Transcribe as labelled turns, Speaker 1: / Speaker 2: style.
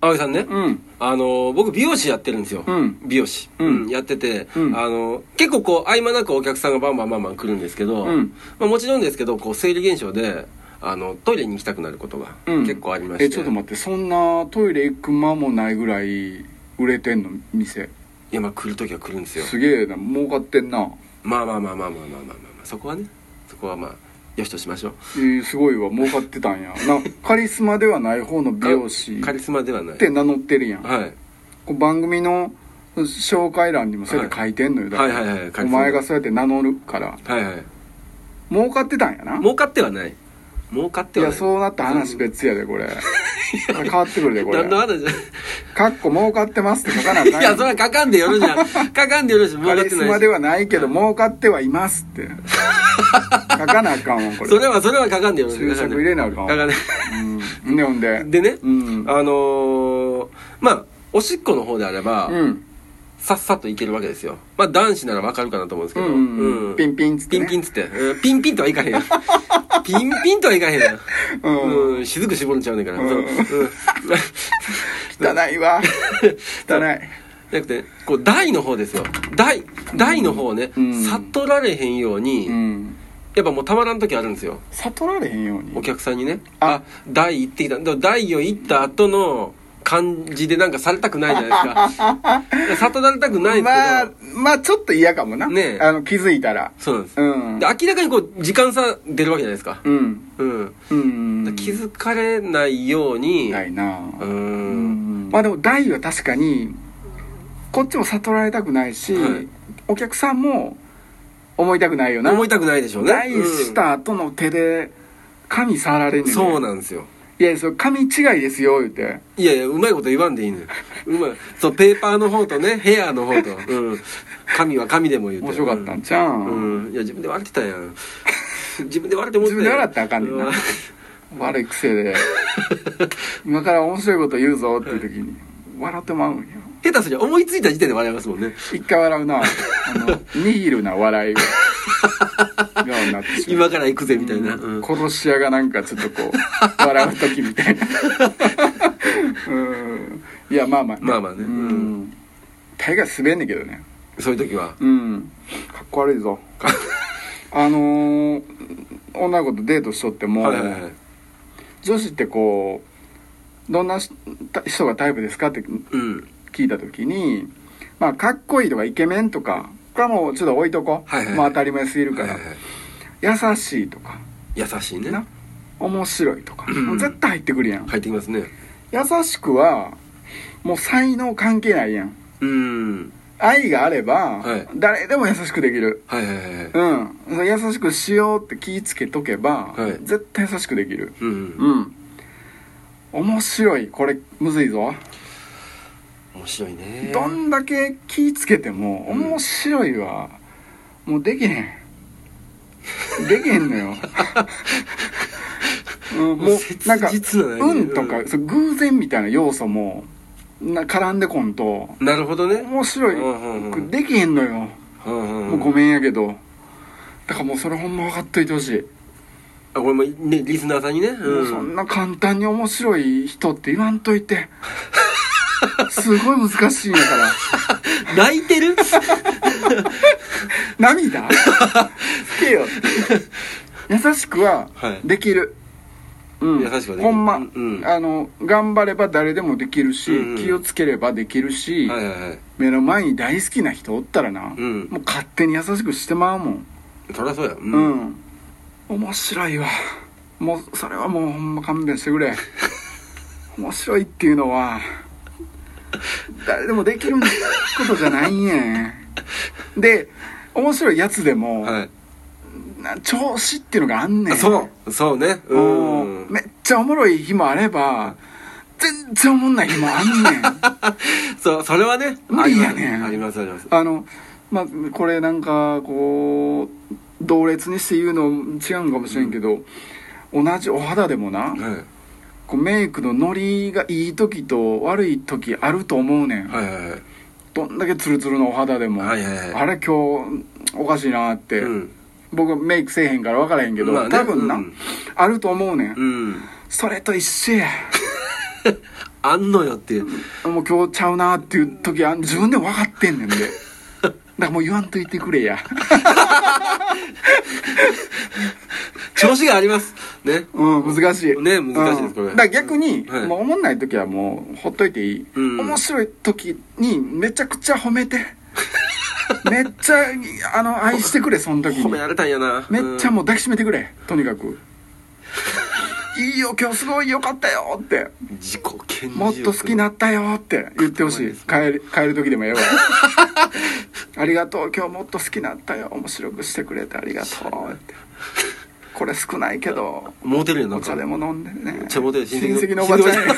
Speaker 1: 青木さんね、
Speaker 2: うん
Speaker 1: あの僕美容師やってるんですよ、
Speaker 2: うん
Speaker 1: 美容師、
Speaker 2: うん
Speaker 1: やってて、
Speaker 2: うん
Speaker 1: あの結構こう合間なくお客さんがバンバンバンバン来るんですけど、
Speaker 2: うん
Speaker 1: まあ、もちろんですけどこう生理現象であのトイレに行きたくなることが
Speaker 2: うん
Speaker 1: 結構ありまして、
Speaker 2: えちょっと待ってそんなトイレ行く間もないぐらい売れてんの店
Speaker 1: いやまあ来る時は来るんですよ
Speaker 2: すげえな儲かってんな、
Speaker 1: まあまあまあまあまあまあまあまあ、まあ、そこはねそこはまあよしとしましょう
Speaker 2: えーすごいわ儲かって たんやなカリスマではない方の美容師っ
Speaker 1: カリスマではない
Speaker 2: て名乗ってるやん、
Speaker 1: はい
Speaker 2: こう番組の紹介欄にもそうやって書いてんのよ、だから
Speaker 1: はいはいはい書いてる
Speaker 2: お前がそうやって名乗るから
Speaker 1: はいはい
Speaker 2: 儲かってたんやな
Speaker 1: 儲かってはない儲かっ
Speaker 2: い
Speaker 1: ては
Speaker 2: や
Speaker 1: ない
Speaker 2: そうなった話別や でこれ変わってくるでこれ
Speaker 1: 何の話
Speaker 2: かっこ儲かってますって書かなあかんや ん
Speaker 1: いやそれはかかんでよろしいやん かかんでよろしい儲
Speaker 2: カ
Speaker 1: かって
Speaker 2: リス
Speaker 1: ないし
Speaker 2: マではないけど儲かってはいます って書かなあかんわこれ
Speaker 1: それはそれはかかんでよろしい
Speaker 2: 注釈入れなあかん
Speaker 1: かかんで
Speaker 2: うんでほんで
Speaker 1: でね、
Speaker 2: うん
Speaker 1: あのーまあおしっこの方であれば、
Speaker 2: うん
Speaker 1: さっさといけるわけですよまあ男子ならわかるかなと思うんです
Speaker 2: う
Speaker 1: けど、
Speaker 2: ん
Speaker 1: うん
Speaker 2: ピンピンっつって
Speaker 1: ピ
Speaker 2: ね
Speaker 1: ンピンっつって、うんピンピンとはいか へんよピンピンとはいかへんよ、
Speaker 2: うん
Speaker 1: うん、しずく絞るんちゃうねんから、
Speaker 2: うん
Speaker 1: そううん
Speaker 2: 汚いわ汚い
Speaker 1: じゃなくてこう台の方ですよ台台の方をね、
Speaker 2: うん
Speaker 1: 悟られへんように、
Speaker 2: うん
Speaker 1: やっぱもうたまらん時あるんですよ
Speaker 2: 悟られへんよう
Speaker 1: お
Speaker 2: に
Speaker 1: 客さんにね「
Speaker 2: あ
Speaker 1: あ台行ってきた」でも台を行った後の感じでなんかされたくないじゃないですかい や悟られたくないですけど、
Speaker 2: まあまあちょっと嫌かもな
Speaker 1: ねえ
Speaker 2: あの気づいたら
Speaker 1: そうなんです、
Speaker 2: うん
Speaker 1: で明らかにこう時間差出るわけじゃないですか
Speaker 2: うん
Speaker 1: うん、
Speaker 2: うん
Speaker 1: だから気づかれないように
Speaker 2: ないうな
Speaker 1: ー
Speaker 2: うんんまあでも大は確かにこっちも悟られたくないし、
Speaker 1: はい
Speaker 2: お客さんも思いたくないよな
Speaker 1: 思いたくないでしょうね
Speaker 2: 大した後の手で髪触られ
Speaker 1: う
Speaker 2: ん
Speaker 1: ん
Speaker 2: ねん
Speaker 1: そうなんんですよ
Speaker 2: いやそれ髪違いですよ言うて
Speaker 1: いやいやうまいこと言わんでいいのようまいそうペーパーの方とねヘアの方と、うん、神は神でも言うて
Speaker 2: 面白かった
Speaker 1: うん
Speaker 2: ちゃうん、
Speaker 1: ん、うん、いや自分で笑ってたやん 自分で笑って思って
Speaker 2: 自分で笑ったらあかんねんな
Speaker 1: う
Speaker 2: 悪い癖 で今から面白いこと言うぞっていう時に笑ってまうんよ
Speaker 1: 下手すりゃ思いついた時点で笑いますもんね
Speaker 2: 一回笑うなあの ニヒルな笑 いがようになってしまう
Speaker 1: 今から行くぜみたいな、うん
Speaker 2: 殺し屋がなんかちょっとこう 笑う時みたいなうんいやまあまあ
Speaker 1: まあまあね
Speaker 2: う
Speaker 1: うん
Speaker 2: 大概滑んねんけどね
Speaker 1: そういう時は
Speaker 2: うんかっこ悪い ぞあのー女の子とデートしとっても、
Speaker 1: はいはいはい
Speaker 2: 女子ってこうどんなした人がタイプですかって
Speaker 1: うん
Speaker 2: 聞いた時にまあかっこいいとかイケメンとかこれはもうちょっと置いとこう、
Speaker 1: はいはい
Speaker 2: まあ当たり前すぎるから、
Speaker 1: はいはいはい
Speaker 2: 優しいとか
Speaker 1: 優しいね
Speaker 2: な面白いとか、
Speaker 1: ん
Speaker 2: もう絶対入ってくるやん、
Speaker 1: 入ってきますね
Speaker 2: 優しくはもう才能関係ないやん
Speaker 1: うん
Speaker 2: 愛があれば、
Speaker 1: はい
Speaker 2: 誰でも優しくできる
Speaker 1: はいはいはいはい
Speaker 2: うんそれ優しくしようって気ぃつけとけば、
Speaker 1: はい
Speaker 2: 絶対優しくできる
Speaker 1: うん、
Speaker 2: うん面白いこれむずいぞ
Speaker 1: 面白いね
Speaker 2: どんだけ気ぃつけても
Speaker 1: うん
Speaker 2: 面白いはもうできへんできへんの ようん、もう
Speaker 1: 切
Speaker 2: なんか
Speaker 1: 実なね
Speaker 2: 運と
Speaker 1: う
Speaker 2: か
Speaker 1: ん
Speaker 2: そう偶然みたいな要素もな絡んでこんと
Speaker 1: なるほどね
Speaker 2: 面白い、
Speaker 1: うんうんうん
Speaker 2: できへんのよ、
Speaker 1: うん
Speaker 2: もうごめんやけどだからもうそれほんま分かっといてほしい、
Speaker 1: あこれもねリスナーさんにね
Speaker 2: も
Speaker 1: う
Speaker 2: うんそんな簡単に面白い人って言わんと いてすごい難しいんやから
Speaker 1: 泣いて る
Speaker 2: 涙つけよ優しくは
Speaker 1: はい
Speaker 2: できる、うん
Speaker 1: 優しくはできる
Speaker 2: ほんま、
Speaker 1: うん
Speaker 2: あの頑張れば誰でもできるし、
Speaker 1: うんうん
Speaker 2: 気をつければできるし、
Speaker 1: はいはいはい
Speaker 2: 目の前に大好きな人おったらな、
Speaker 1: うん
Speaker 2: もう勝手に優しくしてまうもん
Speaker 1: そりゃそうやう
Speaker 2: うん、面白いわもうそれはもうほんま勘弁して くれ面白いっていうのは誰でもできることじゃないんやで面白いやつでも、
Speaker 1: はい
Speaker 2: な調子っていうのがあんね
Speaker 1: あ
Speaker 2: ん
Speaker 1: そうそうねう
Speaker 2: うん
Speaker 1: ん
Speaker 2: めっちゃおもろい日もあれば全然おもんない日もあん ねん
Speaker 1: そうそれはね
Speaker 2: 無理やねん
Speaker 1: ありますありますあります
Speaker 2: あのまあこれなんかこう同列にして言うの違うんかもしれんけど、同じお肌でもな
Speaker 1: はい
Speaker 2: こうメイクのノリがいい時と悪い時あると思うねん、
Speaker 1: はいはいはい
Speaker 2: どんだけツルツルのお肌でも、
Speaker 1: はいはいはい
Speaker 2: あれ今日おかしいなって、
Speaker 1: うん
Speaker 2: 僕はメイクせえへんから分からへんけど、
Speaker 1: まあね
Speaker 2: 多分な、
Speaker 1: うん
Speaker 2: あると思うねん、
Speaker 1: うん
Speaker 2: それと一緒や
Speaker 1: あんのよっていう。
Speaker 2: もう今日ちゃうなっていう時は自分で分かってんねんでだからもう言わんといてくれや
Speaker 1: 調子があります。ね。
Speaker 2: うん難しい
Speaker 1: ね難しいですこ
Speaker 2: うん
Speaker 1: れ
Speaker 2: だから逆に、
Speaker 1: はい
Speaker 2: もう思んない時はもうほっといていい、
Speaker 1: うん
Speaker 2: 面白い時にめちゃくちゃ褒 めてめっちゃあの愛してくれその時に
Speaker 1: 褒められたんやな。
Speaker 2: めっちゃ
Speaker 1: うん
Speaker 2: もう抱きしめてくれとにかくいいよ今日すごいよかったよって
Speaker 1: 自己顕示欲
Speaker 2: もっと好きになったよって言ってほしい帰る帰る時でもええわ ありがとう今日もっと好きになったよ面白くしてくれてありがとうってこれ少ないけど
Speaker 1: モテるよな
Speaker 2: お
Speaker 1: んか
Speaker 2: 茶でも飲んでね
Speaker 1: 茶モテる
Speaker 2: 親戚のおばちゃんや